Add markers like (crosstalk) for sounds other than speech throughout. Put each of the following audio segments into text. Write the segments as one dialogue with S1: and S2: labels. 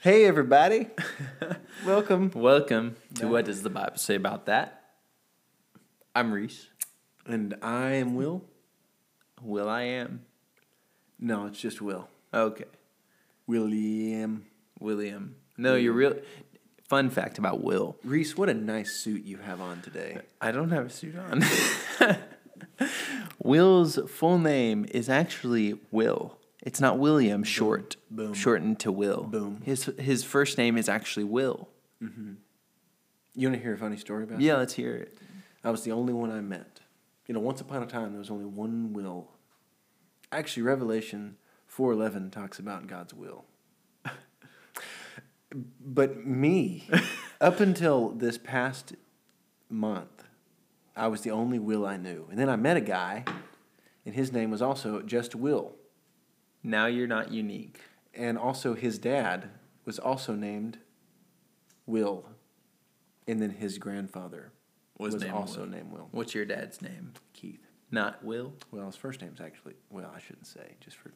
S1: Hey, everybody. Welcome.
S2: Welcome to What Does the Bible Say About That? I'm Reese.
S1: And I am Will.
S2: Will I am.
S1: No, it's just Will.
S2: Okay.
S1: William.
S2: William. No, you're real. Fun fact about Will.
S1: Reese, what a nice suit you have on today.
S2: I don't have a suit on. (laughs) Will's full name is actually Will. It's not William, short.
S1: Boom.
S2: Shortened to Will.
S1: Boom.
S2: His, his first name is actually Will.
S1: You want to hear a funny story about it?
S2: Yeah, let's hear it.
S1: I was the only one I met. You know, once upon a time, there was only one will. Actually, Revelation 4.11 talks about God's will. (laughs) but me, up until this past month, I was the only will I knew. And then I met a guy, and his name was also just Will.
S2: Now you're not unique.
S1: And also his dad was also named Will. And then his grandfather was,
S2: named
S1: also
S2: Will.
S1: named Will.
S2: What's your dad's name?
S1: Keith.
S2: Not Will.
S1: Well, his first name's actually well, I shouldn't say just for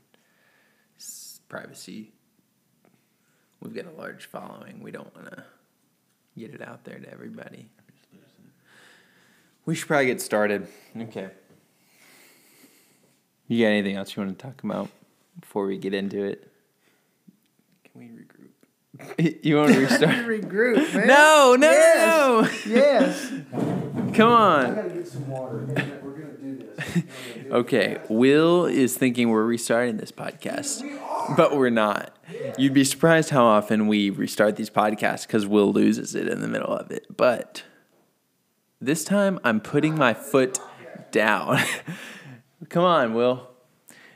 S2: s- privacy. We've got a large following. We don't want to get it out there to everybody. We should probably get started. Okay. You got anything else you want to talk about before we get into it?
S1: can we regroup?
S2: (laughs) You want to restart?
S1: (laughs) regroup, man.
S2: no, no,
S1: Yes. Yes.
S2: no. Come
S1: I
S2: on.
S1: gotta get some water. We're gonna do this.
S2: Okay, Will is thinking we're restarting this podcast, but we're not. You'd be surprised how often we restart these podcasts because Will loses it in the middle of it. But this time, I'm putting my foot down. (laughs) Come on, Will.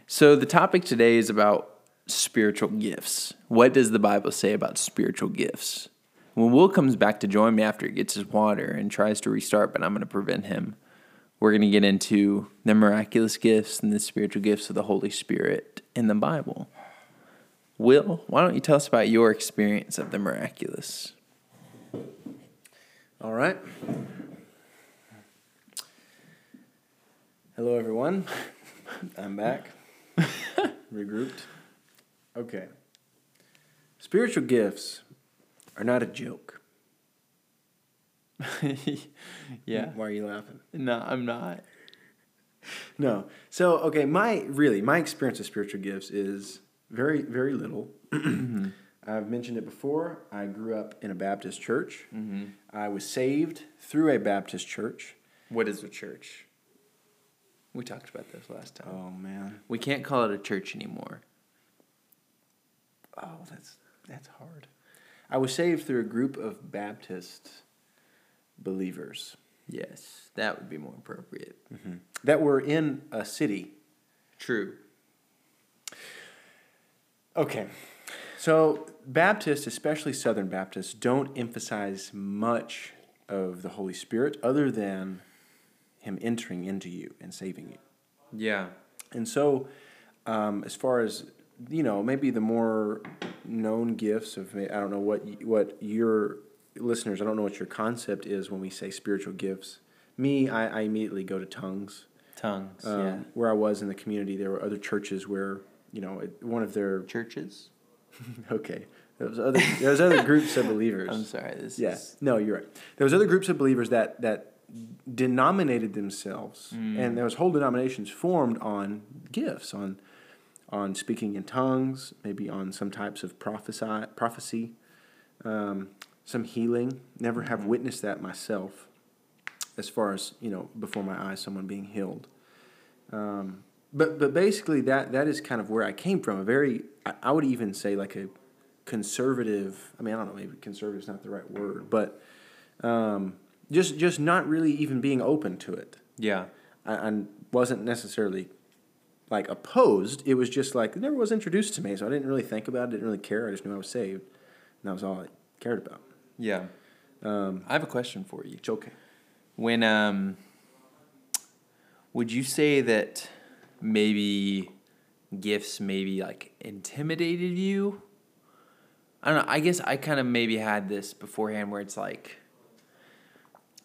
S2: So, the topic today is about spiritual gifts. What does the Bible say about spiritual gifts? When Will comes back to join me after he gets his water and tries to restart, but I'm going to prevent him, we're going to get into the miraculous gifts and the spiritual gifts of the Holy Spirit in the Bible. Will, why don't you tell us about your experience of the miraculous?
S1: (laughs) All right. Hello, everyone. (laughs)
S2: (laughs)
S1: I'm back. Regrouped. Okay. Spiritual gifts are not a joke.
S2: (laughs) yeah.
S1: Why are you laughing?
S2: No, I'm not.
S1: No. So okay, my really my experience with spiritual gifts is very very little. (clears throat) I've mentioned it before. I grew up in a Baptist church. I was saved through a Baptist church.
S2: What is a church? We talked about this last time.
S1: Oh man.
S2: We can't call it a church anymore.
S1: Oh, that's that's hard. I was saved through a group of Baptist believers
S2: Yes, that would be more appropriate.
S1: that were in a city
S2: True.
S1: Okay. So, Baptists, especially Southern Baptists, don't emphasize much of the Holy Spirit other than Him entering into you and saving you.
S2: Yeah.
S1: And so, um, as far as you know, maybe the more known gifts of I don't know what y- what your listeners. I don't know what your concept is when we say spiritual gifts. Me, I, I immediately go to tongues.
S2: Tongues.
S1: Um, Where I was in the community, there were other churches where you know it, one of their
S2: yeah. Churches?
S1: (laughs) Okay. There was other there was other groups of believers.
S2: I'm sorry. This
S1: Yeah.
S2: is.
S1: No, you're right. There was other groups of believers that that denominated themselves and there was whole denominations formed on gifts, on on speaking in tongues, maybe on some types of prophesy prophecy, um, some healing. Never have witnessed that myself as far as, you know, before my eyes someone being healed. Um, but but basically that that is kind of where I came from. A very I, I would even say like a conservative. I mean I don't know maybe conservative is not the right word, but um, just just not really even being open to it.
S2: Yeah.
S1: I, I wasn't necessarily like opposed. It was just like it never was introduced to me, so I didn't really think about it. Didn't really care. I just knew I was saved, and that was all I cared about.
S2: Yeah. Um, I have a question for you.
S1: It's okay.
S2: When um, would you say that maybe gifts maybe like intimidated you? I don't know. I guess I kind of maybe had this beforehand where it's like,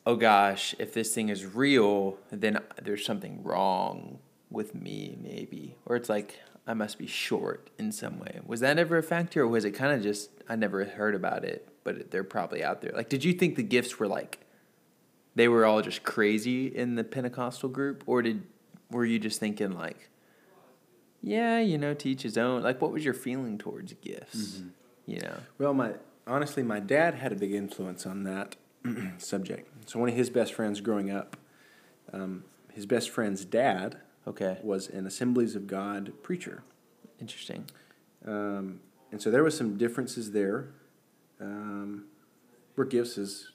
S2: oh gosh, if this thing is real, then there's something wrong with me, maybe, or it's like I must be short in some way. Was that ever a factor, or was it kind of just I never heard about it, but they're probably out there? Like, did you think the gifts were like they were all just crazy in the Pentecostal group, or did were you just thinking like, yeah, you know, to each his own? Like, what was your feeling towards gifts?
S1: Mm-hmm.
S2: You know,
S1: Well, my honestly, my dad had a big influence on that (clears throat) subject. So one of his best friends growing up, um, his best friend's dad
S2: okay,
S1: was an Assemblies of God preacher,
S2: interesting.
S1: um, and so there was some differences there. Um, where gifts is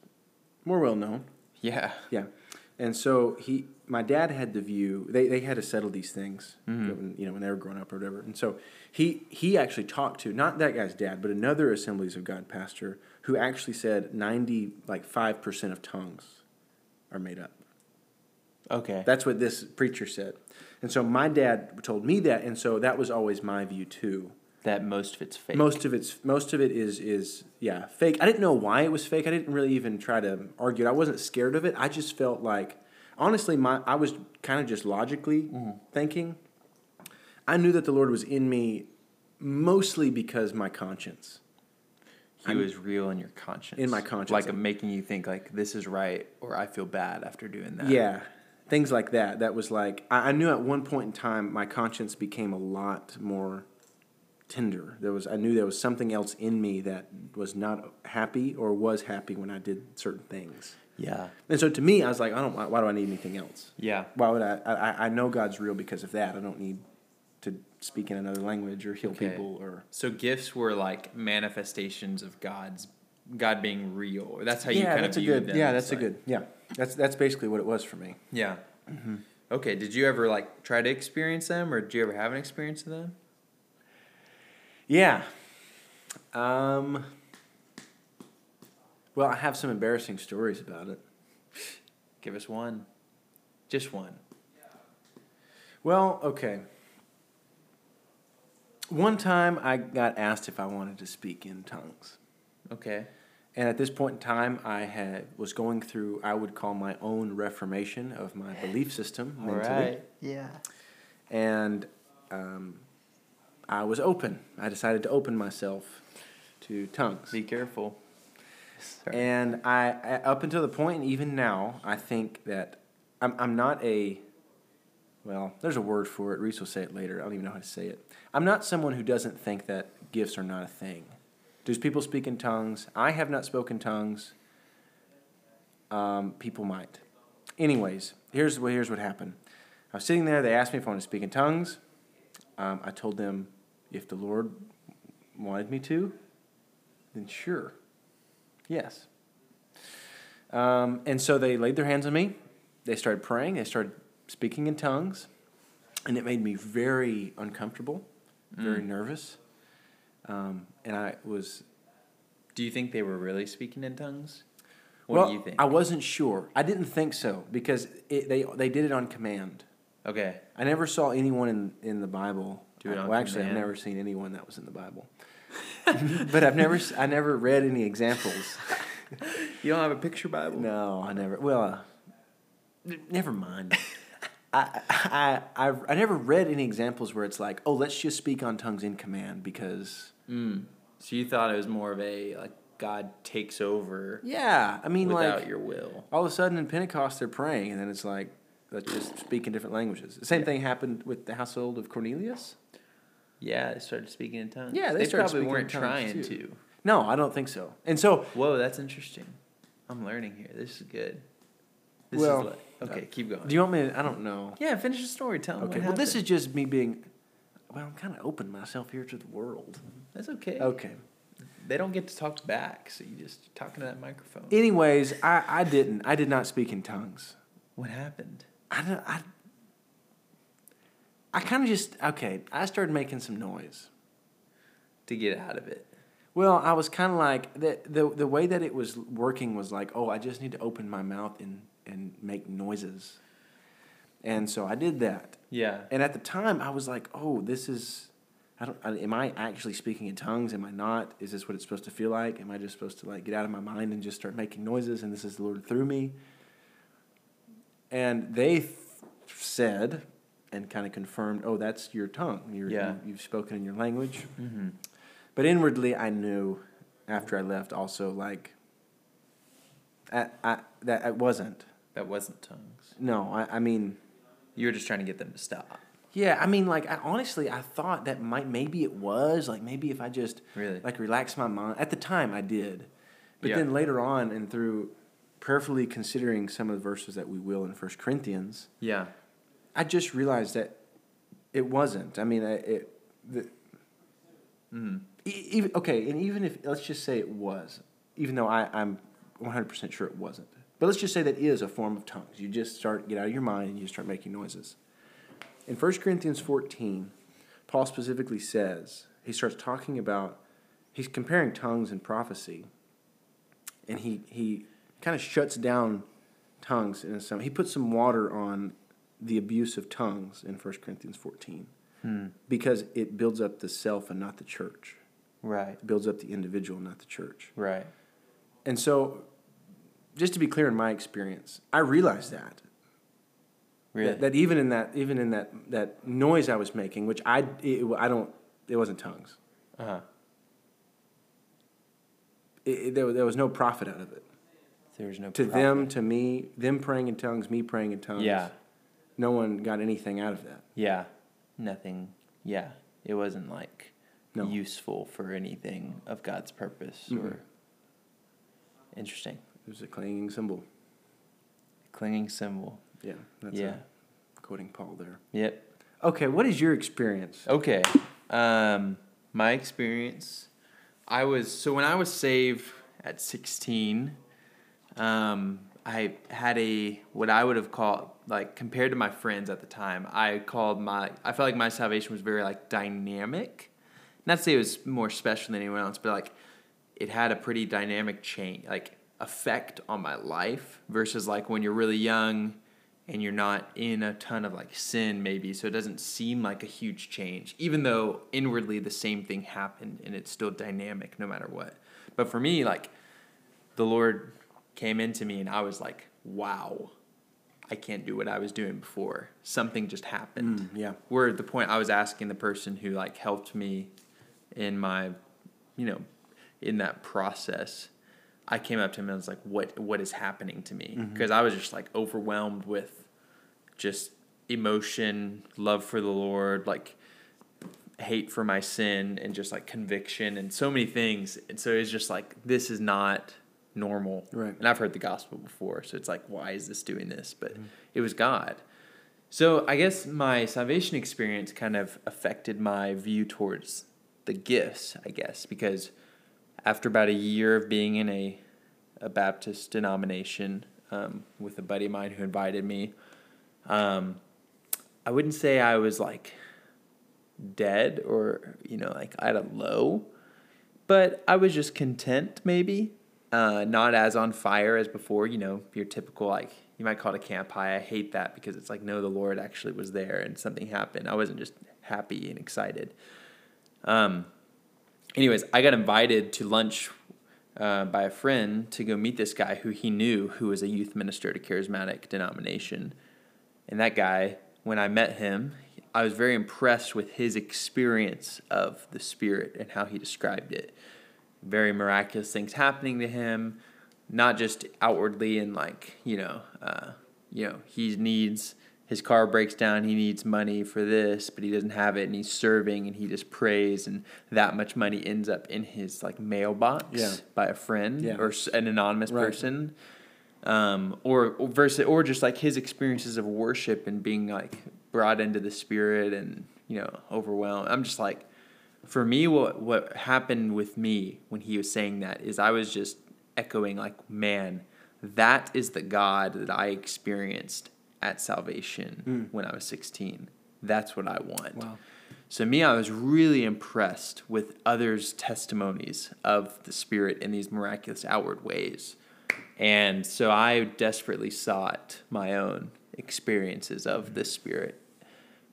S1: more well known,
S2: Yeah,
S1: yeah, and so he, my dad had the view. They they had to settle these things, when, you know, when they were growing up or whatever. And so he he actually talked to not that guy's dad, but another Assemblies of God pastor who actually said ninety like five percent of tongues are made up.
S2: okay,
S1: That's what this preacher said. And so my dad told me that, and so that was always my view too.
S2: that most of it's fake.
S1: Most of it's most of it is is yeah fake. I didn't know why it was fake. I didn't really even try to argue it. I wasn't scared of it. I just felt like honestly, my I was kind of just logically thinking. I knew that the Lord was in me mostly because my conscience.
S2: He was real in your conscience.
S1: In my conscience.
S2: Like making you think like this is right or I feel bad after doing that.
S1: Yeah, things like that. That was like I, I knew at one point in time my conscience became a lot more tender. There was I knew there was something else in me that was not happy or was happy when I did certain things.
S2: Yeah.
S1: And so to me, I was like, I don't. Why, why do I need anything else?
S2: Yeah.
S1: Why would I, I? I- I know God's real because of that. I don't need to speak in another language or heal
S2: Okay.
S1: people or.
S2: So gifts were like manifestations of God's God being real. That's how you
S1: yeah,
S2: kind
S1: that's
S2: of
S1: a
S2: viewed
S1: good.
S2: them.
S1: Yeah,
S2: It's
S1: that's
S2: like-
S1: a good. Yeah, that's that's basically what it was for me.
S2: Yeah.
S1: Mm-hmm.
S2: Okay. Did you ever like try to experience them or do you ever have an experience of them?
S1: Yeah. Um. Well, I have some embarrassing stories about it.
S2: Give us one. Just one.
S1: Well, okay. One time I got asked if I wanted to speak in tongues.
S2: Okay.
S1: And at this point in time, I had was going through I would call my own reformation of my
S2: (laughs)
S1: belief system
S2: All
S1: mentally,
S2: right. Yeah.
S1: and um, I was open. I decided to open myself to tongues.
S2: Be careful. Sorry.
S1: And I, I up until the point, and even now, I think that I'm, I'm not a, well, there's a word for it. Reese will say it later. I don't even know how to say it. I'm not someone who doesn't think that gifts are not a thing. Do people speak in tongues? I have not spoken tongues. Um, people might. Anyways, here's, well, here's what happened. I was sitting there. They asked me if I wanted to speak in tongues. Um, I told them if the Lord wanted me to, then sure. Yes. Um, and so they laid their hands on me. They started praying. They started speaking in tongues. And it made me very uncomfortable, very
S2: Mm.
S1: nervous. Um, and I was,
S2: do you think they were really speaking in tongues? What
S1: well,
S2: do you think?
S1: I wasn't sure. I didn't think so because it, they, they did it on command.
S2: okay.
S1: I never saw anyone in, in the Bible.
S2: Do it on
S1: well, actually, I've
S2: command.
S1: never seen anyone that was in
S2: (laughs)
S1: the Bible. but I've never, s- I never read any examples.
S2: You don't have a picture Bible?
S1: No, I never. Well, uh, n- never mind. I, I I I've- I never read any examples where it's like, oh, let's just speak on tongues in command because.
S2: Mm. So you thought it was more of a like God takes over
S1: Yeah, I mean,
S2: without
S1: like
S2: your will.
S1: all of a sudden in Pentecost they're praying, and then it's like, let's just speak in different languages. The same thing happened with the household of Cornelius.
S2: Yeah, they started speaking in tongues.
S1: Yeah, they
S2: they,
S1: started
S2: probably
S1: speaking
S2: weren't
S1: in tongues,
S2: trying
S1: too.
S2: to.
S1: No, I don't think so. And so,
S2: Whoa, that's interesting. I'm learning here. This is good. This
S1: Well,
S2: is li- okay. keep going.
S1: do you want me? To, I don't know.
S2: yeah, finish the story. Tell me.
S1: Okay. Well, this is just me being. Well, I'm kind of open myself here to the world.
S2: that's okay.
S1: Okay.
S2: They don't get to talk back, so you just talking to that microphone.
S1: Anyways, I, I didn't. I did not speak in tongues.
S2: what happened?
S1: I don't, I, I kind of just okay. I started making some noise.
S2: To get out of it.
S1: Well, I was kind of like the, the the way that it was working was like, oh, I just need to open my mouth and and make noises, and so I did that.
S2: Yeah.
S1: And at the time, I was like, oh, this is. I don't, I, am I actually speaking in tongues? Am I not? Is this what it's supposed to feel like? Am I just supposed to like get out of my mind and just start making noises? And this is the Lord through me. And they th- said, and kind of confirmed, oh, that's your tongue. You're,
S2: Yeah.
S1: you, have spoken in your language.
S2: Mm-hmm.
S1: But inwardly, I knew after I left also, like, I, I, that it wasn't.
S2: That wasn't tongues.
S1: No, I, I mean,
S2: You were just trying to get them to stop.
S1: yeah, I mean, like, I, honestly, I thought that might, maybe it was. Like, maybe if I just,
S2: Really?
S1: like, relax my mind. At the time, I did. But
S2: Yeah.
S1: then later on, and through prayerfully considering some of the verses that we will in First Corinthians,
S2: yeah.
S1: I just realized that it wasn't. I mean, I- it. The,
S2: Mm-hmm.
S1: E- even, okay, and even if let's just say it was, even though I, I'm 100 percent sure it wasn't, but let's just say that is a form of tongues. You just start get out of your mind and you start making noises. In 1 Corinthians 14, Paul specifically says he starts talking about he's comparing tongues and prophecy, and he he kind of shuts down tongues in some. He puts some water on the abuse of tongues in 1 Corinthians 14 because it builds up the self and not the church.
S2: Right.
S1: It builds up the individual, not the church.
S2: Right.
S1: And so, just to be clear, in my experience, I realized that
S2: Really.
S1: that, that even in that even in that that noise I was making, which I it, I don't it wasn't tongues.
S2: uh-huh.
S1: It, it- there, was- there was no profit out of it
S2: There was no
S1: to
S2: problem.
S1: them, to me, them praying in tongues, me praying in tongues.
S2: Yeah.
S1: no one got anything out of that.
S2: Yeah. Nothing. Yeah. It wasn't like
S1: No.
S2: useful for anything of God's purpose or interesting.
S1: It was a clanging cymbal.
S2: Clinging symbol.
S1: Yeah, that's
S2: yeah.
S1: a, quoting Paul there.
S2: Yep.
S1: Okay, what is your experience?
S2: Okay. Um, my experience, I was so when I was saved at 16, um, I had a what I would have called like compared to my friends at the time, I called my I felt like my salvation was very like dynamic. Not to say it was more special than anyone else, but like it had a pretty dynamic change like effect on my life versus like when you're really young and you're not in a ton of like sin maybe so it doesn't seem like a huge change even though inwardly the same thing happened and it's still dynamic no matter what but for me like the lord came into me and i was like wow i can't do what i was doing before something just happened
S1: yeah.
S2: where at the point i was asking the person who like helped me in my you know in that process i came up to him and i was like what what is happening to me because i was just like overwhelmed with just emotion, love for the Lord, like hate for my sin, and just like conviction and so many things. And so it's just like, this is not normal.
S1: Right.
S2: And I've heard the gospel before. So it's like, why is this doing this? But it was God. So I guess my salvation experience kind of affected my view towards the gifts, I guess, because after about a year of being in a, a Baptist denomination um, with a buddy of mine who invited me, um, I wouldn't say I was like dead or you know like I had a low, but I was just content maybe, uh, not as on fire as before. You know your typical like you might call it a camp high. I hate that because it's like no, the Lord actually was there and something happened. I wasn't just happy and excited. Um, anyways, I got invited to lunch uh, by a friend to go meet this guy who he knew who was a youth minister at a charismatic denomination. And that guy, when I met him, I was very impressed with his experience of the Spirit and how he described it. Very miraculous things happening to him, not just outwardly and like, you know, uh, you know, he needs his car breaks down, he needs money for this, but he doesn't have it and he's serving and he just prays and that much money ends up in his like mailbox
S1: Yeah.
S2: by a friend
S1: Yeah.
S2: or s- an anonymous
S1: Right.
S2: person um, or, or versus or just like his experiences of worship and being like brought into the spirit and you know overwhelmed i'm just like for me what what happened with me when he was saying that is i was just echoing like man that is the god that i experienced at salvation when i was 16 that's what i want
S1: Wow.
S2: so me, I was really impressed with others' testimonies of the Spirit in these miraculous outward ways. And so I desperately sought my own experiences of the Spirit.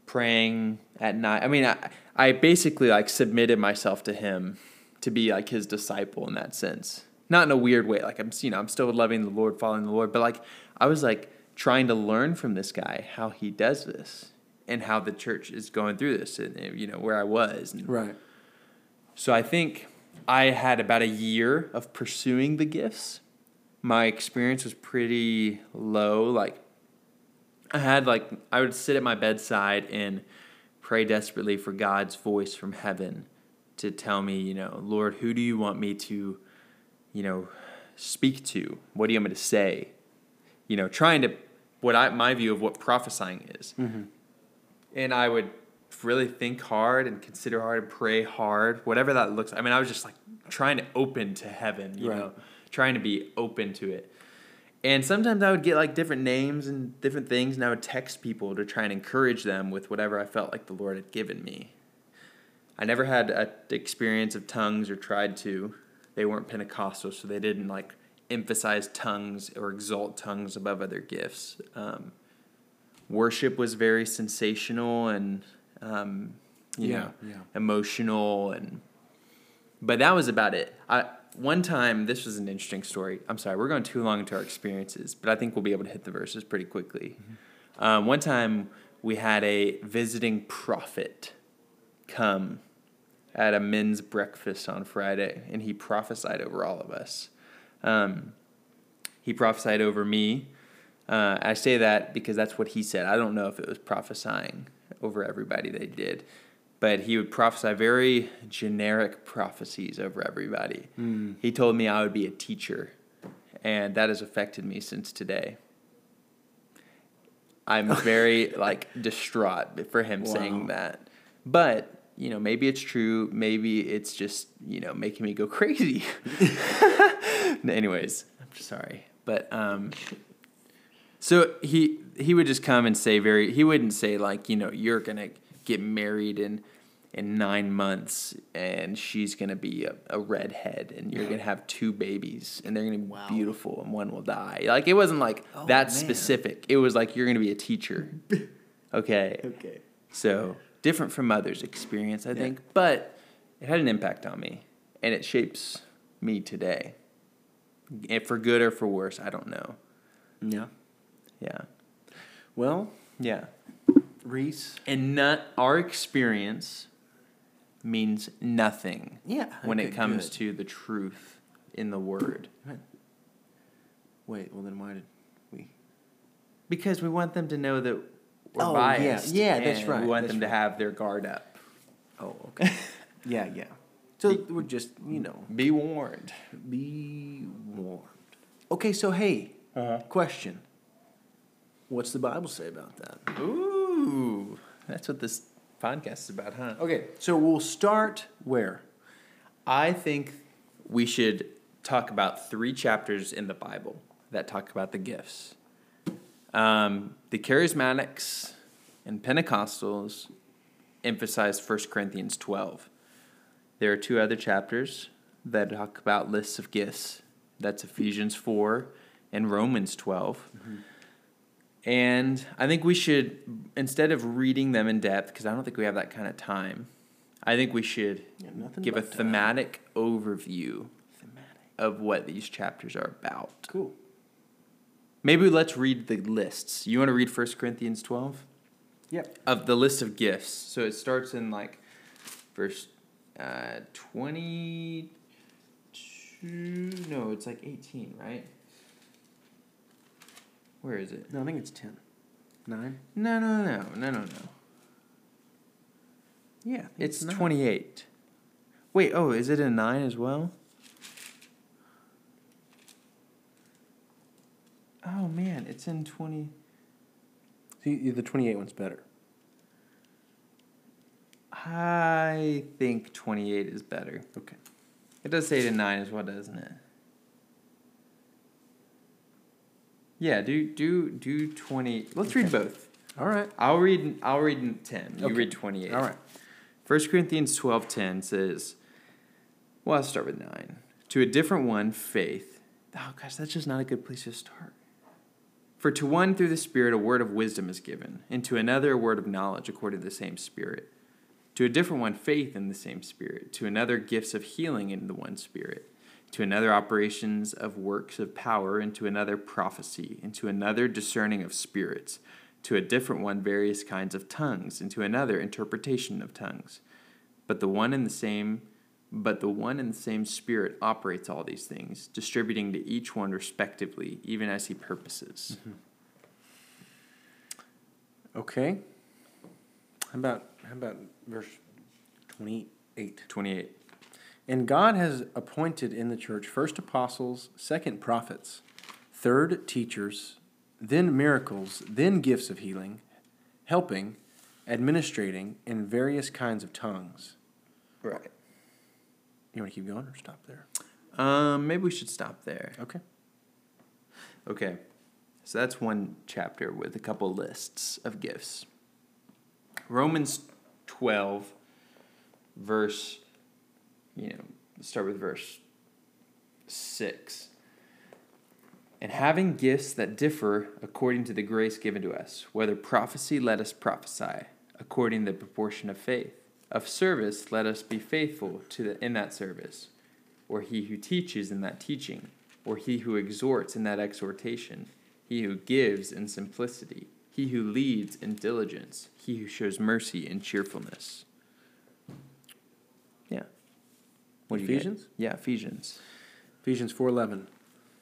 S2: Praying at night. I mean, I, I basically like submitted myself to him to be like his disciple in that sense. Not in a weird way. Like I'm you know, I'm still loving the Lord, following the Lord, but like I was like trying to learn from this guy how he does this and how the church is going through this and you know where I was. And
S1: Right.
S2: So I think I had about a year of pursuing the gifts. My experience was pretty low. Like I had like I would sit at my bedside and pray desperately for God's voice from heaven to tell me, you know, Lord, who do you want me to, you know, speak to? What do you want me to say? You know, trying to what I my view of what prophesying is and I would really think hard and consider hard and pray hard, whatever that looks. I mean, I was just like trying to open to heaven, you
S1: Right.
S2: know, trying to be open to it. And sometimes I would get like different names and different things, and I would text people to try and encourage them with whatever I felt like the Lord had given me. I never had an experience of tongues or tried to. They weren't Pentecostal, so they didn't like emphasize tongues or exalt tongues above other gifts. Um, worship was very sensational and um, you
S1: Yeah,
S2: know
S1: yeah.
S2: emotional and but that was about it i one time this was an interesting story i'm sorry we're going too long into our experiences but i think we'll be able to hit the verses pretty quickly um, one time we had a visiting prophet come at a men's breakfast on friday and he prophesied over all of us um, he prophesied over me. Uh, I say that because that's what he said. I don't know if it was prophesying over everybody they did, but he would prophesy very generic prophecies over everybody.
S1: Mm.
S2: He told me I would be a teacher, and that has affected me since today. I'm very like distraught for him
S1: Wow.
S2: saying that, but you know maybe it's true. Maybe it's just you know making me go (laughs) crazy. Anyways, I'm sorry, but um, so he he would just come and say very he wouldn't say like you know you're gonna get married in in nine months and she's gonna be a, a redhead and you're gonna have two babies and they're gonna be
S3: Wow.
S2: beautiful and one will die like it wasn't like
S3: Oh,
S2: that
S3: man.
S2: specific it was like you're gonna be a teacher okay
S1: Okay.
S2: so different from others' experience, I think, but it had an impact on me, and it shapes me today. If for good or for worse, I don't know.
S1: Yeah.
S2: Yeah,
S1: Well,
S2: yeah.
S1: Reese.
S2: And not our experience means nothing.
S3: Yeah,
S2: When
S1: okay,
S2: it comes
S1: good.
S2: to the truth in the word,
S1: Wait. Well, then why did we?
S2: because we want them to know that we're
S1: Oh, yeah,
S2: biased.
S1: yeah, that's
S2: and
S1: right,
S2: We want
S1: that's
S2: them to
S1: right.
S2: have their guard
S1: (laughs)
S2: up.
S1: Oh, okay. (laughs) yeah, yeah. So we're just, you know,
S2: Be warned.
S1: be warned. Uh-huh. Okay, so hey, question. What's the Bible say about that?
S2: Ooh, that's what this podcast is about, huh?
S1: Okay, so we'll start where?
S2: I think we should talk about three chapters in the Bible that talk about the gifts um, the charismatics and Pentecostals emphasize 1 Corinthians 12. There are two other chapters that talk about lists of gifts. That's Ephesians 4 and Romans 12. And I think we should, instead of reading them in depth, because I don't think we have that kind of time, I think we should
S1: Yeah, nothing
S2: give a
S1: but time.
S2: thematic overview of what these chapters are about.
S1: Cool.
S2: Maybe let's read the lists. You want to read 1 Corinthians 12?
S1: Yep.
S2: Of the list of gifts. So it starts in like verse uh, 22. No, it's like 18, right? Where is it?
S1: No, I think it's 10. 9?
S2: No, no, no, no, no, no.
S1: Yeah. I think
S2: It's
S1: nine.
S2: 28. Wait, oh, is it a 9 as well? Oh man, it's in 20.
S1: See, the 28 one's better.
S2: I think 28 is better.
S1: Okay.
S2: It does say to nine as well, doesn't it? Yeah, do do do twenty. Let's read both.
S1: All right.
S2: I'll read I'll read ten. You
S1: Okay.
S2: read twenty eight.
S1: All right.
S2: 1 Corinthians 12:10 says, well, I'll start with 9. To a different one, faith. Oh gosh, that's just not a good place to start. For to one through the Spirit a word of wisdom is given, and to another a word of knowledge according to the same Spirit. To a different one, faith in the same Spirit. To another, gifts of healing in the one Spirit. To another, operations of works of power. And to another, prophecy. And to another, discerning of spirits. to a different one various kinds of tongues, and to another interpretation of tongues. But the one and the same but the one and the same Spirit operates all these things, distributing to each one respectively, even as he purposes.
S1: Okay. How about how about verse twenty eight?
S2: 28.
S1: And God has appointed in the church first apostles, second prophets, third teachers, then miracles, then gifts of healing, helping, administrating, and various kinds of tongues.
S2: Right.
S1: You want to keep going or stop there?
S2: Um, maybe we should stop there.
S1: Okay.
S2: Okay. So that's one chapter with a couple lists of gifts. Romans 12, verse, you know, let's start with verse 6. And having gifts that differ according to the grace given to us, whether prophecy, let us prophesy according to the proportion of faith. Of service, let us be faithful to the, in that service, or he who teaches in that teaching, or he who exhorts in that exhortation, he who gives in simplicity, he who leads in diligence, he who shows mercy in cheerfulness. Yeah. do you get?
S1: Ephesians?
S2: Yeah, Ephesians.
S1: Ephesians 4:11.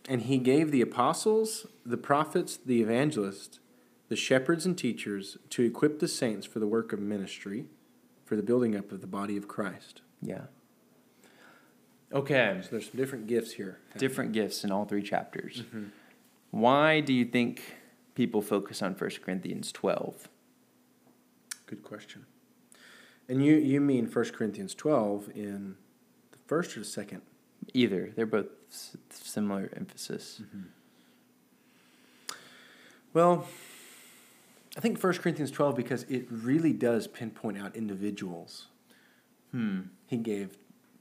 S1: And he gave the apostles, the prophets, the evangelists, the shepherds and teachers to equip the saints for the work of ministry, for the building up of the body of Christ.
S2: Yeah. Okay.
S1: So there's some different gifts here.
S2: Different gifts in all three chapters. Why do you think people focus on 1 Corinthians 12?
S1: Good question. And you you mean 1 Corinthians 12 in the first or the second?
S2: Either. They're both s- similar emphasis.
S1: Well, I think 1 Corinthians 12 because it really does pinpoint out individuals.
S2: Hmm.
S1: He gave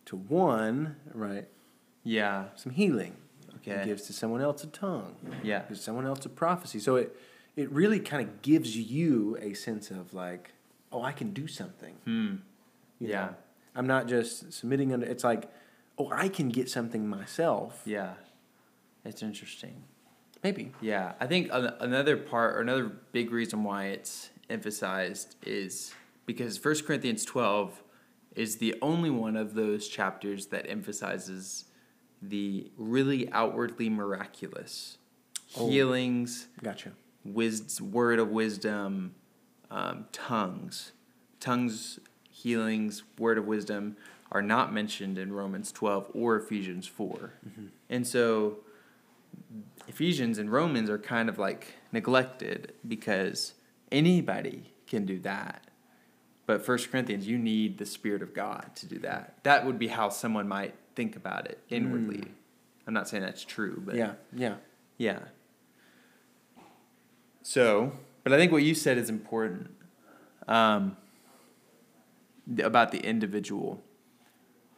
S1: to one, right,
S2: Yeah.
S1: some healing.
S2: Okay.
S1: He gives to someone else a tongue.
S2: Yeah.
S1: Gives someone else a prophecy. So it it really kind of gives you a sense of like, oh, I can do something.
S2: Hmm.
S1: you
S2: Yeah.
S1: know? I'm not just submitting under it's like, oh, I can get something myself.
S2: Yeah. It's interesting.
S1: Maybe.
S2: Yeah, I think an- another part or another big reason why it's emphasized is because 1 Corinthians 12 is the only one of those chapters that emphasizes the really outwardly miraculous
S1: Oh.
S2: healings,
S1: Gotcha.
S2: wis- word of wisdom, um, tongues. Tongues, healings, word of wisdom are not mentioned in Romans 12 or Ephesians 4. And so Ephesians and Romans are kind of like neglected because anybody can do that. But First Corinthians, you need the Spirit of God to do that. That would be how someone might think about it inwardly. I'm not saying that's true, but
S1: yeah. Yeah.
S2: yeah. So, but I think what you said is important um, th- about the individual.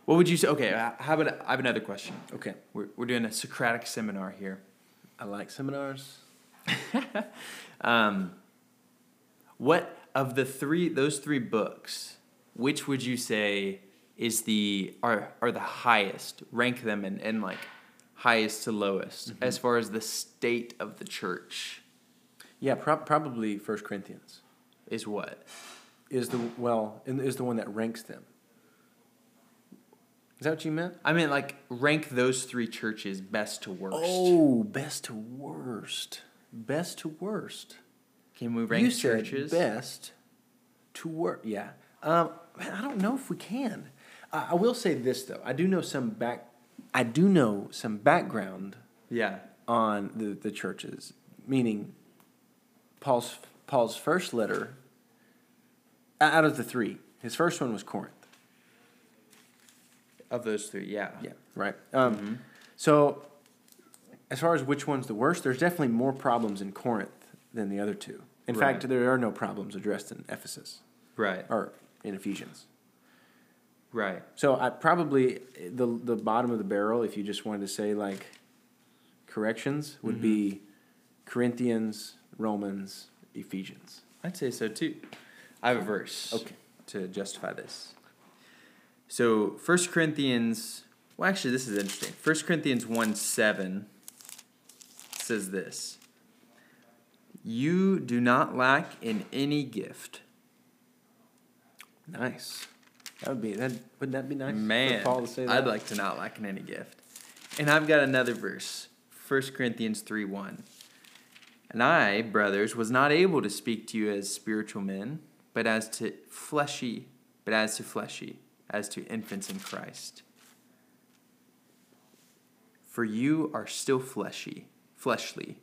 S2: What would you say? Okay, h- how about I have another question.
S1: Okay.
S2: We're, we're doing a Socratic seminar here.
S1: I like seminars.
S2: Um, what of the three those three books? Which would you say is the are are the highest? Rank them in, in like highest to lowest as far as the state of the church
S1: Yeah, pro- probably First Corinthians
S2: is what.
S1: is the well and is the one that ranks them. Is that what you meant?
S2: I mean, like rank those three churches best to worst.
S1: Oh, best to worst. Best to worst.
S2: Can we rank
S1: you said
S2: churches?
S1: best to work. Yeah. Um, man, I don't know if we can. I, I will say this though. I do know some back. I do know some background
S2: Yeah.
S1: on the, the churches, meaning Paul's Paul's first letter. o- Out of the three, his first one was Corinth.
S2: Of those three, yeah.
S1: Yeah. Right. Um, So, as far as which one's the worst, there's definitely more problems in Corinth than the other two. In fact,
S2: Right.
S1: there are no problems addressed in Ephesus
S2: Right.
S1: or in Ephesians.
S2: Right.
S1: So I probably the the bottom of the barrel, if you just wanted to say like corrections, would
S2: Mm-hmm.
S1: be Corinthians, Romans, Ephesians.
S2: I'd say so too. I have a verse.
S1: Okay.
S2: To justify this. So First Corinthians well actually this is interesting. First Corinthians 1 7 says this. You do not lack in any gift.
S1: Nice. That would be that. Wouldn't that be nice? for
S2: Man,
S1: Paul to say that.
S2: I'd like to not lack in any gift. And I've got another verse, 1 Corinthians 3 1. And I, brothers, was not able to speak to you as spiritual men, but as to fleshy, but as to fleshy, as to infants in Christ. For you are still fleshy, fleshly.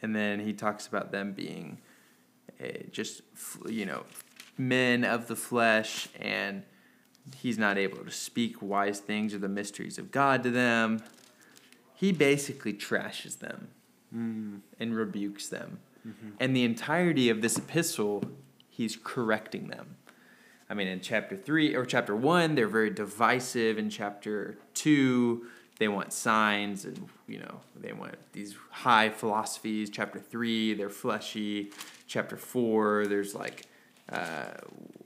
S2: And then he talks about them being eh, just, f- you know, men of the flesh, and he's not able to speak wise things or the mysteries of God to them. He basically trashes them and rebukes them. And the entirety of this epistle, he's correcting them. I mean, in chapter three or chapter one, they're very divisive. In chapter two, they want signs and, you know, they want these high philosophies. Chapter three, they're fleshy. Chapter four, there's like, uh,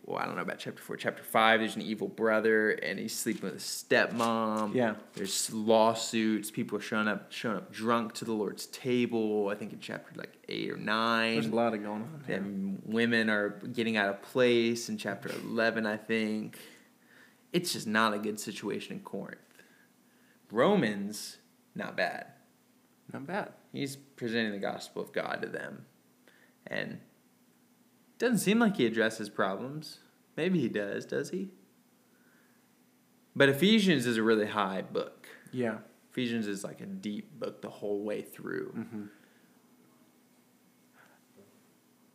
S2: well, I don't know about chapter four. Chapter five, there's an evil brother and he's sleeping with his stepmom.
S1: Yeah.
S2: There's lawsuits. People are showing up, showing up drunk to the Lord's table. I think in chapter like eight or nine.
S1: There's a lot of going on. here.
S2: And women are getting out of place in chapter 11, I think. It's just not a good situation in Corinth. Romans, not bad.
S1: Not bad.
S2: He's presenting the gospel of God to them. And doesn't seem like he addresses problems. Maybe he does, does he? But Ephesians is a really high book.
S1: Yeah.
S2: Ephesians is like a deep book the whole way through.
S1: Mm-hmm.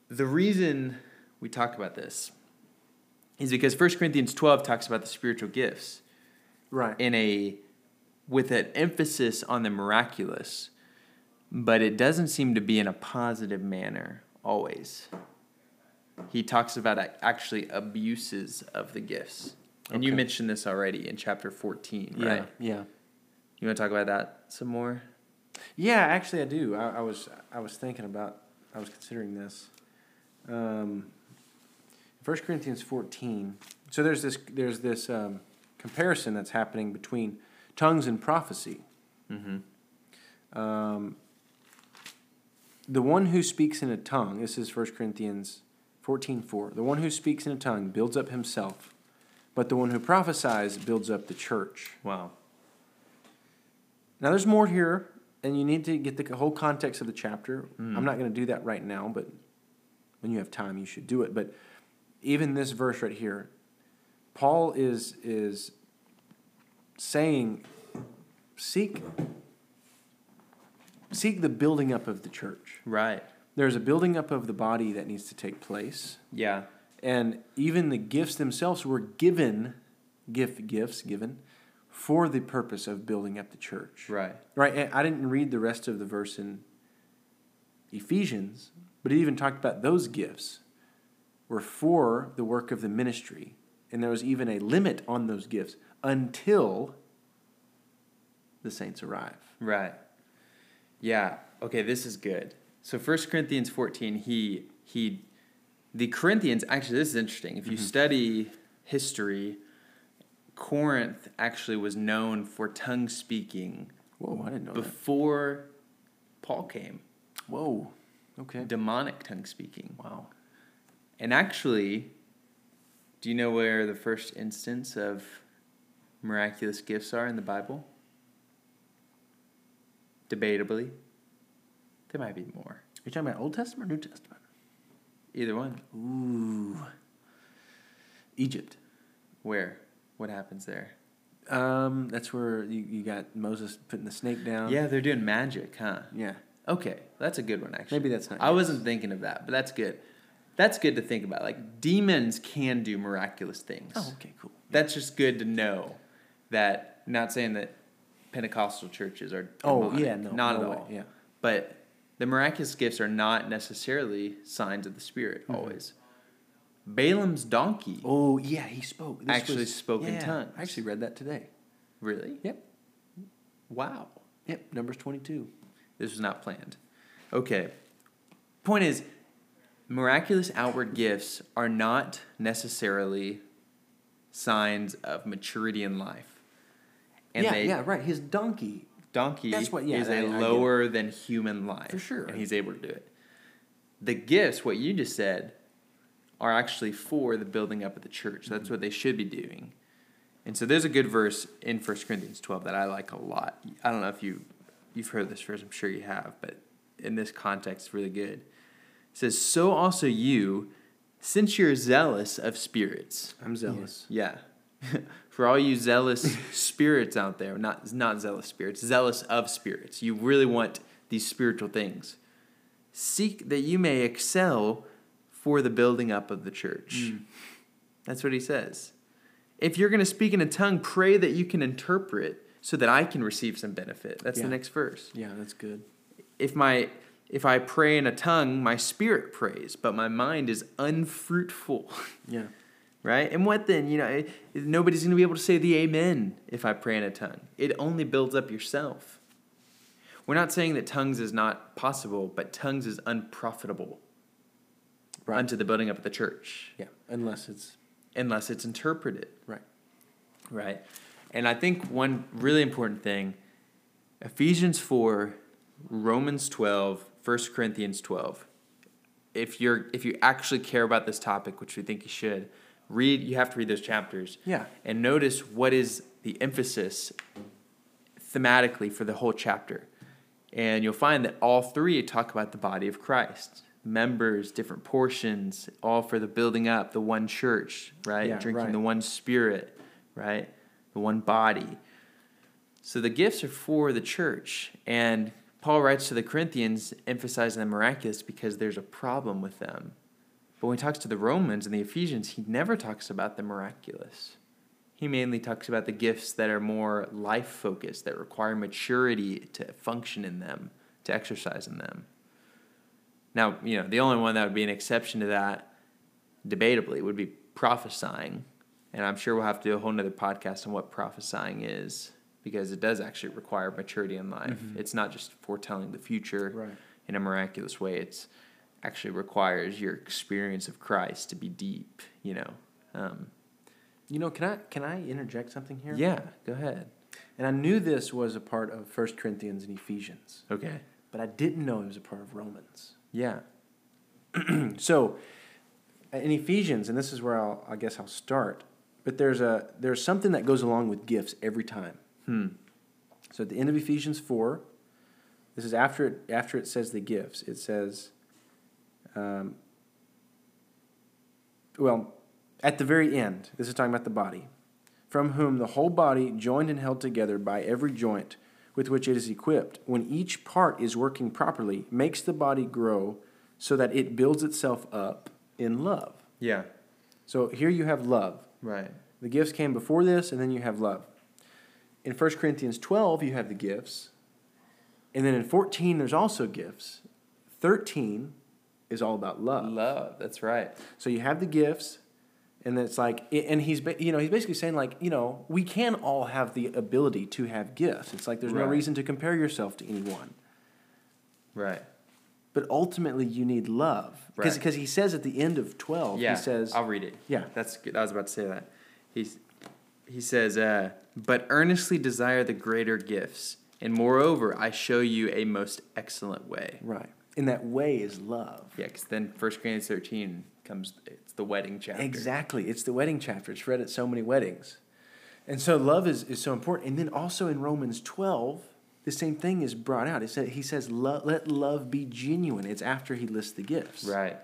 S2: The reason we talk about this is because 1 Corinthians 12 talks about the spiritual gifts
S1: Right.
S2: in a with an emphasis on the miraculous, but it doesn't seem to be in a positive manner always. He talks about ac- actually abuses of the gifts. And you
S1: Okay.
S2: mentioned this already in chapter 14,
S1: yeah.
S2: right?
S1: Yeah.
S2: You want to talk about that some more?
S1: Yeah, actually, I do. I, I was I was thinking about I was considering this. Um, 1 Corinthians fourteen. So there's this there's this um, comparison that's happening between tongues and prophecy. Mm-hmm. Um, the one who speaks in a tongue. This is 1 Corinthians fourteen four. The one who speaks in a tongue builds up himself, but the one who prophesies builds up the church.
S2: Wow.
S1: Now, there's more here, and you need to get the whole context of the chapter. I'm not going to do that right now, but when you have time, you should do it. But even this verse right here, Paul is is saying, seek seek the building up of the church.
S2: Right.
S1: There's a building up of the body that needs to take place,
S2: Yeah.
S1: and even the gifts themselves were given, gift gifts given, for the purpose of building up the church.
S2: Right.
S1: Right, and I didn't read the rest of the verse in Ephesians, but it even talked about those gifts were for the work of the ministry. And there was even a limit on those gifts until the saints arrive.
S2: Right. Yeah. Okay, this is good. So 1 Corinthians 14, he he the Corinthians actually this is interesting. If you
S1: Mm-hmm.
S2: study history, Corinth actually was known for tongue speaking
S1: Whoa, I didn't know that.
S2: before Paul came.
S1: Whoa. Okay.
S2: Demonic tongue speaking.
S1: Wow.
S2: And actually, do you know where the first instance of miraculous gifts are in the Bible? Debatably. There might be more.
S1: You're talking about Old Testament or New Testament?
S2: Either one.
S1: Ooh. Egypt.
S2: Where? What happens there?
S1: Um, that's where you, you got Moses putting the snake down.
S2: yeah, they're doing magic, huh?
S1: Yeah.
S2: Okay, that's a good one, actually.
S1: Maybe that's not
S2: I
S1: yours.
S2: wasn't thinking of that, but that's good. That's good to think about. Like, demons can do miraculous things.
S1: Oh, okay, cool.
S2: That's just good to know that not saying that Pentecostal churches are
S1: Oh,
S2: demonic,
S1: yeah, no,
S2: not
S1: no
S2: at
S1: way,
S2: all.
S1: yeah.
S2: But the miraculous gifts are not necessarily signs of the spirit always. Balaam's donkey.
S1: Mm-hmm. Oh yeah, he spoke.
S2: Actually spoke in tongues.
S1: I actually read that today.
S2: Really?
S1: Yep.
S2: Wow.
S1: Yep. Numbers twenty-two.
S2: This was not planned. Okay. Point is miraculous outward gifts are not necessarily signs of maturity in life.
S1: yeah, yeah, right. His donkey
S2: donkey
S1: That's what- yeah,
S2: is
S1: I- I
S2: a
S1: get it.
S2: lower than human life.
S1: For sure.
S2: And he's able to do it. The gifts, what you just said, are actually for the building up of the church.
S1: Mm-hmm.
S2: That's what they should be doing. And so there's a good verse in 1 Corinthians 12 that I like a lot. I don't know if you you've heard this verse, I'm sure you have, but in this context it's really good. It says, "So also you, since you're zealous of spirits."
S1: I'm zealous.
S2: Yeah. (laughs) For all you zealous spirits out there, not not zealous spirits, zealous of spirits. You really want these spiritual things. Seek that you may excel for the building up of the church. That's what he says. If you're going to speak in a tongue, pray that you can interpret so that I can receive some benefit. That's
S1: Yeah.
S2: the next verse.
S1: Yeah, that's good.
S2: If my if I pray in a tongue, my spirit prays, but my mind is unfruitful. (laughs)
S1: Yeah.
S2: right? And what then? You know, it- it- nobody's going to be able to say the amen if I pray in a tongue. It only builds up yourself. We're not saying that tongues is not possible, but tongues is unprofitable
S1: Right.
S2: unto the building up of the church
S1: Yeah. Unless it's
S2: unless it's interpreted.
S1: right.
S2: Right. And I think one really important thing Ephesians 4, Romans 12, 1 Corinthians 12. If you're if you actually care about this topic, which we think you should, read you have to read those chapters.
S1: Yeah.
S2: And notice what is the emphasis thematically for the whole chapter. And you'll find that all three talk about the body of Christ. Members, different portions, all for the building up, the one church, right?
S1: Yeah,
S2: Drinking
S1: right.
S2: the one spirit, right? The one body. So the gifts are for the church. And Paul writes to the Corinthians emphasizing the miraculous because there's a problem with them. But when he talks to the Romans and the Ephesians, he never talks about the miraculous. He mainly talks about the gifts that are more life focused, that require maturity to function in them, to exercise in them. Now, you know, the only one that would be an exception to that, debatably, would be prophesying. And I'm sure we'll have to do a whole nother podcast on what prophesying is, because it does actually require maturity in life. It's not just foretelling the future
S1: Right.
S2: in a miraculous way. It's actually requires your experience of Christ to be deep, you know. Um,
S1: You know, can I can I interject something here?
S2: yeah, go ahead.
S1: And I knew this was a part of First Corinthians and Ephesians,
S2: Okay.
S1: but I didn't know it was a part of Romans.
S2: Yeah.
S1: So, in Ephesians, and this is where I'll, I guess I'll start. But there's a there's something that goes along with gifts every time.
S2: Hmm.
S1: So at the end of Ephesians four, this is after it after it says the gifts. It says, um, well, at the very end, this is talking about the body, from whom the whole body, joined and held together by every joint with which it is equipped, when each part is working properly, makes the body grow so that it builds itself up in love.
S2: Yeah.
S1: So here you have love.
S2: Right.
S1: The gifts came before this, and then you have love. In 1 Corinthians 12, you have the gifts. And then in 14, there's also gifts. 13 is all about love.
S2: Love. That's right.
S1: So you have the gifts, and it's like, and he's, ba- you know, he's basically saying like, you know, we can all have the ability to have gifts. It's like there's no
S2: Right.
S1: reason to compare yourself to anyone.
S2: Right.
S1: But ultimately, you need love because
S2: Right.
S1: he says at the end of 12,
S2: Yeah.
S1: he says,
S2: I'll read it.
S1: Yeah.
S2: That's good. I was about to say that. He's he says, uh, but earnestly desire the greater gifts, and moreover, I show you a most excellent way.
S1: right, and that way is love.
S2: Yeah, because then First Corinthians thirteen comes. It's the wedding chapter.
S1: Exactly. It's the wedding chapter. It's read at so many weddings. And so love is, is so important. And then also in Romans 12, the same thing is brought out. It said, he says, "Lo- let love be genuine. It's after he lists the gifts.
S2: Right.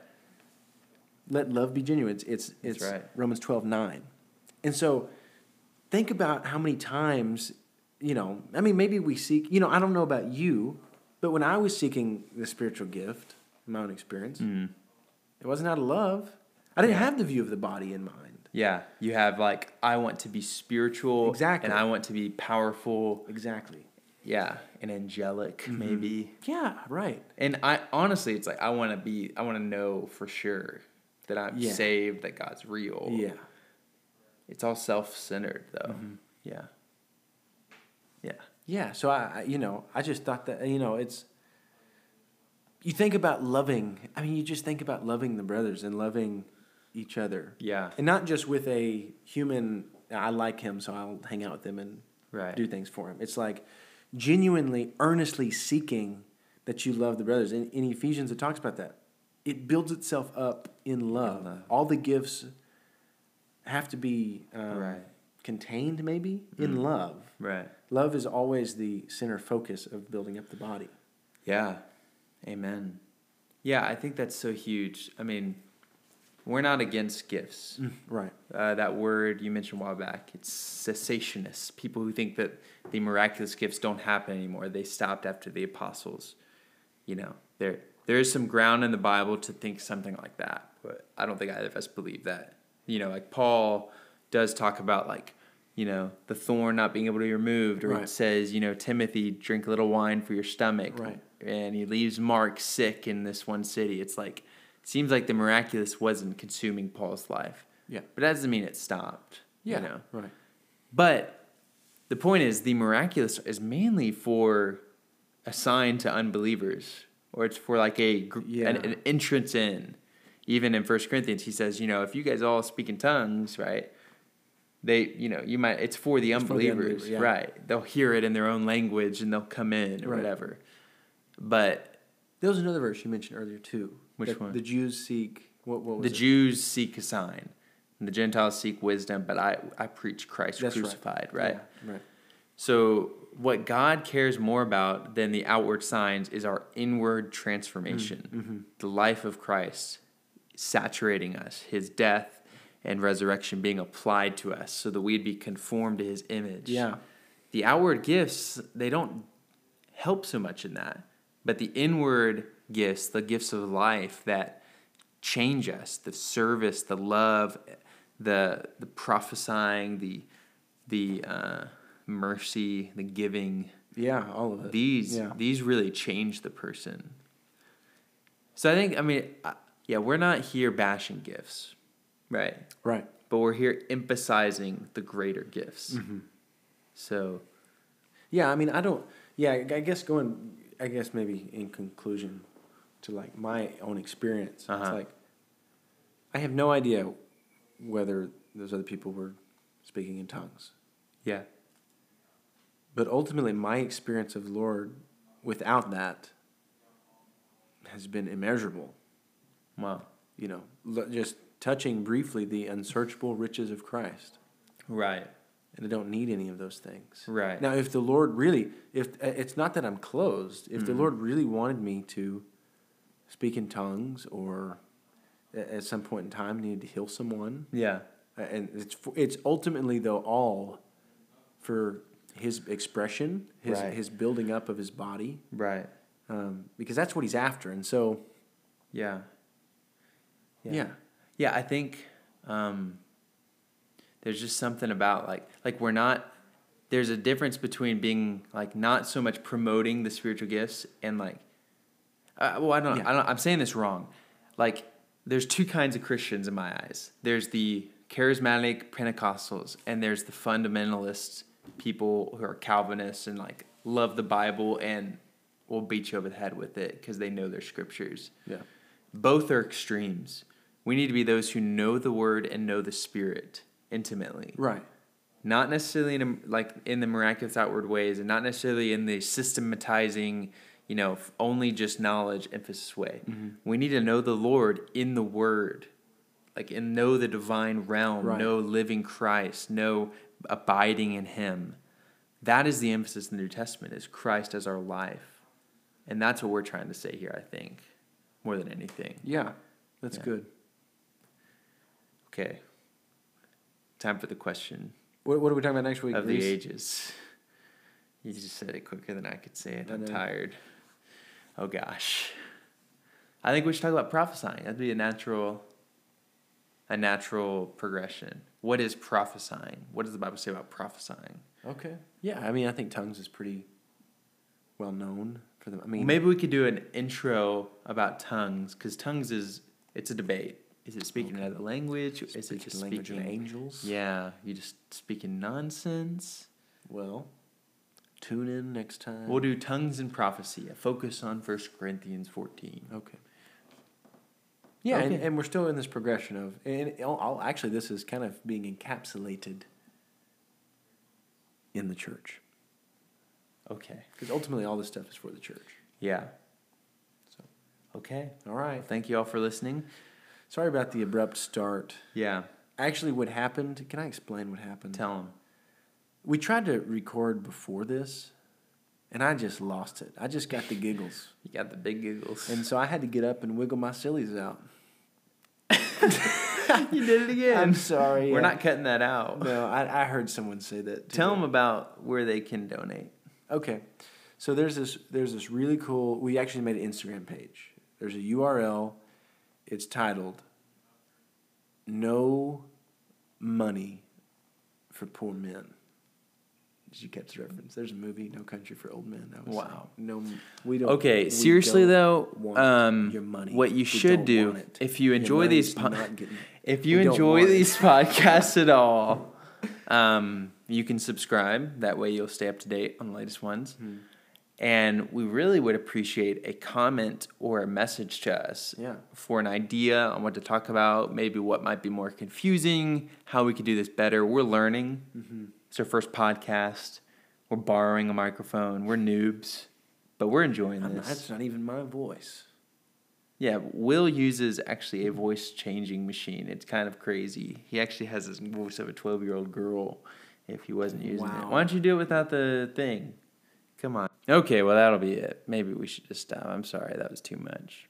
S1: Let love be genuine. It's, it's,
S2: That's
S1: it's
S2: right.
S1: Romans 12, 9. And so think about how many times, you know, I mean, maybe we seek, you know, I don't know about you, but when I was seeking the spiritual gift, in my own experience, it wasn't out of love. I didn't
S2: Mm-hmm. Yeah.
S1: have the view of the body in mind.
S2: Yeah, you have like I want to be spiritual,
S1: Exactly.
S2: and I want to be powerful,
S1: Exactly.
S2: yeah, and angelic maybe.
S1: Yeah, right.
S2: And I honestly, it's like I want to be, I want to know for sure that I'm
S1: Yeah.
S2: saved, that God's real.
S1: Yeah.
S2: it's all self-centered though. Yeah, yeah,
S1: Yeah. So I, I- you know, I just thought that, you know, it's, you think about loving, I mean, you just think about loving the brothers and loving each other.
S2: yeah,
S1: And not just with a human, I like him, so I'll hang out with him and
S2: right,
S1: do things for him. It's like genuinely, earnestly seeking that you love the brothers. In, in Ephesians, it talks about that. It builds itself up in love.
S2: love.
S1: All the gifts have to be um,
S2: Right. Mm.
S1: contained, maybe, in love.
S2: Right.
S1: Love is always the center focus of building up the body.
S2: Yeah. Amen. Yeah, I think that's so huge. I mean, we're not against gifts.
S1: Right.
S2: Uh, that word you mentioned a while back, it's cessationists, people who think that the miraculous gifts don't happen anymore. They stopped after the apostles. You know, there there is some ground in the Bible to think something like that, but I don't think either of us believe that. You know, like Paul does talk about like, you know, the thorn not being able to be removed, or
S1: Right.
S2: it says, you know, Timothy, drink a little wine for your stomach.
S1: Right.
S2: And he leaves Mark sick in this one city. It's like it seems like the miraculous wasn't consuming Paul's life.
S1: Yeah.
S2: But that doesn't mean it stopped. You know?
S1: Right.
S2: But the point is, the miraculous is mainly for a sign to unbelievers, or it's for like a gr-
S1: Yeah.
S2: an, an entrance in. Even in First Corinthians, he says, you know, if you guys all speak in tongues, right? They, you know, you might. It's for the
S1: It's for the
S2: unbelievers,
S1: unbeliever, yeah.
S2: right? They'll hear it in their own language and they'll come in or
S1: Right.
S2: whatever. But
S1: There was another verse you mentioned earlier, too.
S2: Which
S1: that
S2: one?
S1: The Jews seek. What, what was
S2: the
S1: it?
S2: Jews seek a sign, and the Gentiles seek wisdom. But I, I preach Christ
S1: That's right.
S2: crucified, right?
S1: Yeah, right.
S2: So, what God cares more about than the outward signs is our inward transformation, the life of Christ saturating us, his death and resurrection being applied to us so that we'd be conformed to his image.
S1: Yeah.
S2: The outward gifts, they don't help so much in that, but the inward gifts, the gifts of life that change us, the service, the love, the the prophesying, the the uh, mercy, the giving.
S1: Yeah, all of it.
S2: These
S1: Yeah.
S2: these really change the person. So I think I mean I- yeah, we're not here bashing gifts, right?
S1: Right.
S2: But we're here emphasizing the greater gifts. So
S1: Yeah, I mean, I don't. Yeah, I guess going. I guess maybe in conclusion to like my own experience, it's
S2: Uh-huh.
S1: like I have no idea whether those other people were speaking in tongues,
S2: yeah,
S1: but ultimately, my experience of the Lord without that has been immeasurable.
S2: wow,
S1: You know, L- just touching briefly the unsearchable riches of Christ.
S2: right,
S1: and I don't need any of those things.
S2: Right.
S1: Now, if the Lord really, if uh, it's not that I'm closed, if
S2: Mm-hmm.
S1: the Lord really wanted me to speak in tongues or a- at some point in time needed to heal someone,
S2: yeah,
S1: uh, and it's f- it's ultimately though all for his expression, his
S2: Right.
S1: his building up of his body,
S2: right,
S1: um, because that's what he's after. And so,
S2: yeah,
S1: yeah,
S2: Yeah, I think um, there's just something about like like we're not there's a difference between being like not so much promoting the spiritual gifts and like uh, well I don't
S1: Yeah.
S2: I don't I'm saying this wrong like there's two kinds of Christians in my eyes there's the charismatic Pentecostals and there's the fundamentalist people who are Calvinists and like love the Bible and will beat you over the head with it because they know their scriptures
S1: yeah,
S2: both are extremes. We need to be those who know the word and know the spirit intimately.
S1: right,
S2: Not necessarily in a, like in the miraculous outward ways and not necessarily in the systematizing, you know, f- only just knowledge emphasis way. We need to know the Lord in the word. Like and know the divine realm,
S1: Right.
S2: know living Christ, know abiding in him. That is the emphasis in the New Testament is Christ as our life. And that's what we're trying to say here, I think, more than anything.
S1: yeah, that's
S2: Yeah.
S1: good.
S2: Okay. Time for the question
S1: What, what are we talking about next week?
S2: of the
S1: Reese?
S2: ages. You just said it quicker than I could say it.
S1: I
S2: I'm
S1: know.
S2: tired. Oh gosh. I think we should talk about prophesying. That'd be a natural a natural progression. What is prophesying? What does the Bible say about prophesying?
S1: Okay. Yeah, I mean, I think tongues is pretty well known for them. I mean,
S2: Maybe we could do an intro about tongues because tongues is it's a debate. Is it speaking another language? is it
S1: speaking
S2: just
S1: language of
S2: speaking?
S1: angels.
S2: Yeah, you just speaking nonsense.
S1: Well, tune in next time.
S2: We'll do tongues and prophecy. A focus on 1 Corinthians 14.
S1: okay. Yeah, and,
S2: Okay.
S1: and we're still in this progression of, and it- I'll, I'll- actually, this is kind of being encapsulated in the church.
S2: Okay.
S1: Because ultimately, all this stuff is for the church.
S2: Yeah.
S1: So.
S2: Okay.
S1: All right.
S2: Thank you all for listening.
S1: Sorry about the abrupt start.
S2: Yeah.
S1: Actually, what happened? Can I explain what happened?
S2: Tell them.
S1: We tried to record before this, and I just lost it. I just got the giggles,
S2: You got the big giggles.
S1: and so I had to get up and wiggle my sillies out.
S2: (laughs) you did it again.
S1: I'm sorry.
S2: We're
S1: yeah.
S2: not cutting that out.
S1: No, I, I heard someone say that. too.
S2: Tell them about where they can donate.
S1: Okay, so there's this there's this really cool. We actually made an Instagram page. There's a URL. It's titled "No Money for Poor Men." Did you catch the reference? There's a movie, No Country for Old Men. That was
S2: Wow.
S1: No, we don't.
S2: Okay,
S1: we
S2: seriously
S1: don't
S2: though,
S1: want
S2: um,
S1: your money.
S2: what you
S1: We
S2: should
S1: don't
S2: do
S1: want it.
S2: if you
S1: Your
S2: enjoy these
S1: money's
S2: po-
S1: not getting-
S2: (laughs) if you
S1: we don't
S2: enjoy
S1: want it.
S2: these (laughs) podcasts at all, um, you can subscribe. That way, you'll stay up to date on the latest ones.
S1: Hmm.
S2: And we really would appreciate a comment or a message to us
S1: Yeah.
S2: for an idea on what to talk about, maybe what might be more confusing, how we could do this better. We're learning.
S1: Mm-hmm.
S2: It's our first podcast. We're borrowing a microphone. We're noobs, but we're enjoying
S1: I'm-
S2: this.
S1: that's not even my voice.
S2: Yeah, Will uses actually a voice changing machine. It's kind of crazy. He actually has this voice of a 12 year old girl if he wasn't using it.
S1: Wow.
S2: Why don't you do it without the thing? Come on. Okay, well, that'll be it. Maybe we should just stop. I'm sorry, that was too much.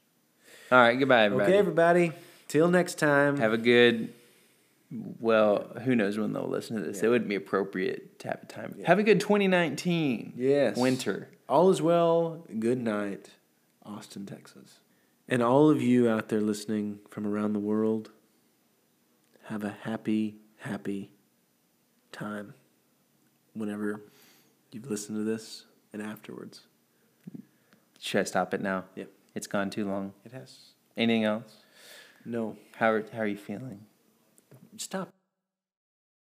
S2: All right, goodbye, everybody.
S1: Okay, everybody. Till next time.
S2: Have a good, well, who knows when they'll listen to this.
S1: Yeah.
S2: It would be appropriate to have a time.
S1: Yeah.
S2: Have a good 2019
S1: Yes.
S2: winter.
S1: All is well. Good night, Austin, Texas. And all of you out there listening from around the world, have a happy, happy time whenever you've listened to this and afterwards.
S2: Should I stop it now?
S1: Yep.
S2: It's gone too long.
S1: It has.
S2: Anything else?
S1: No.
S2: How are, how are you feeling?
S1: Stop.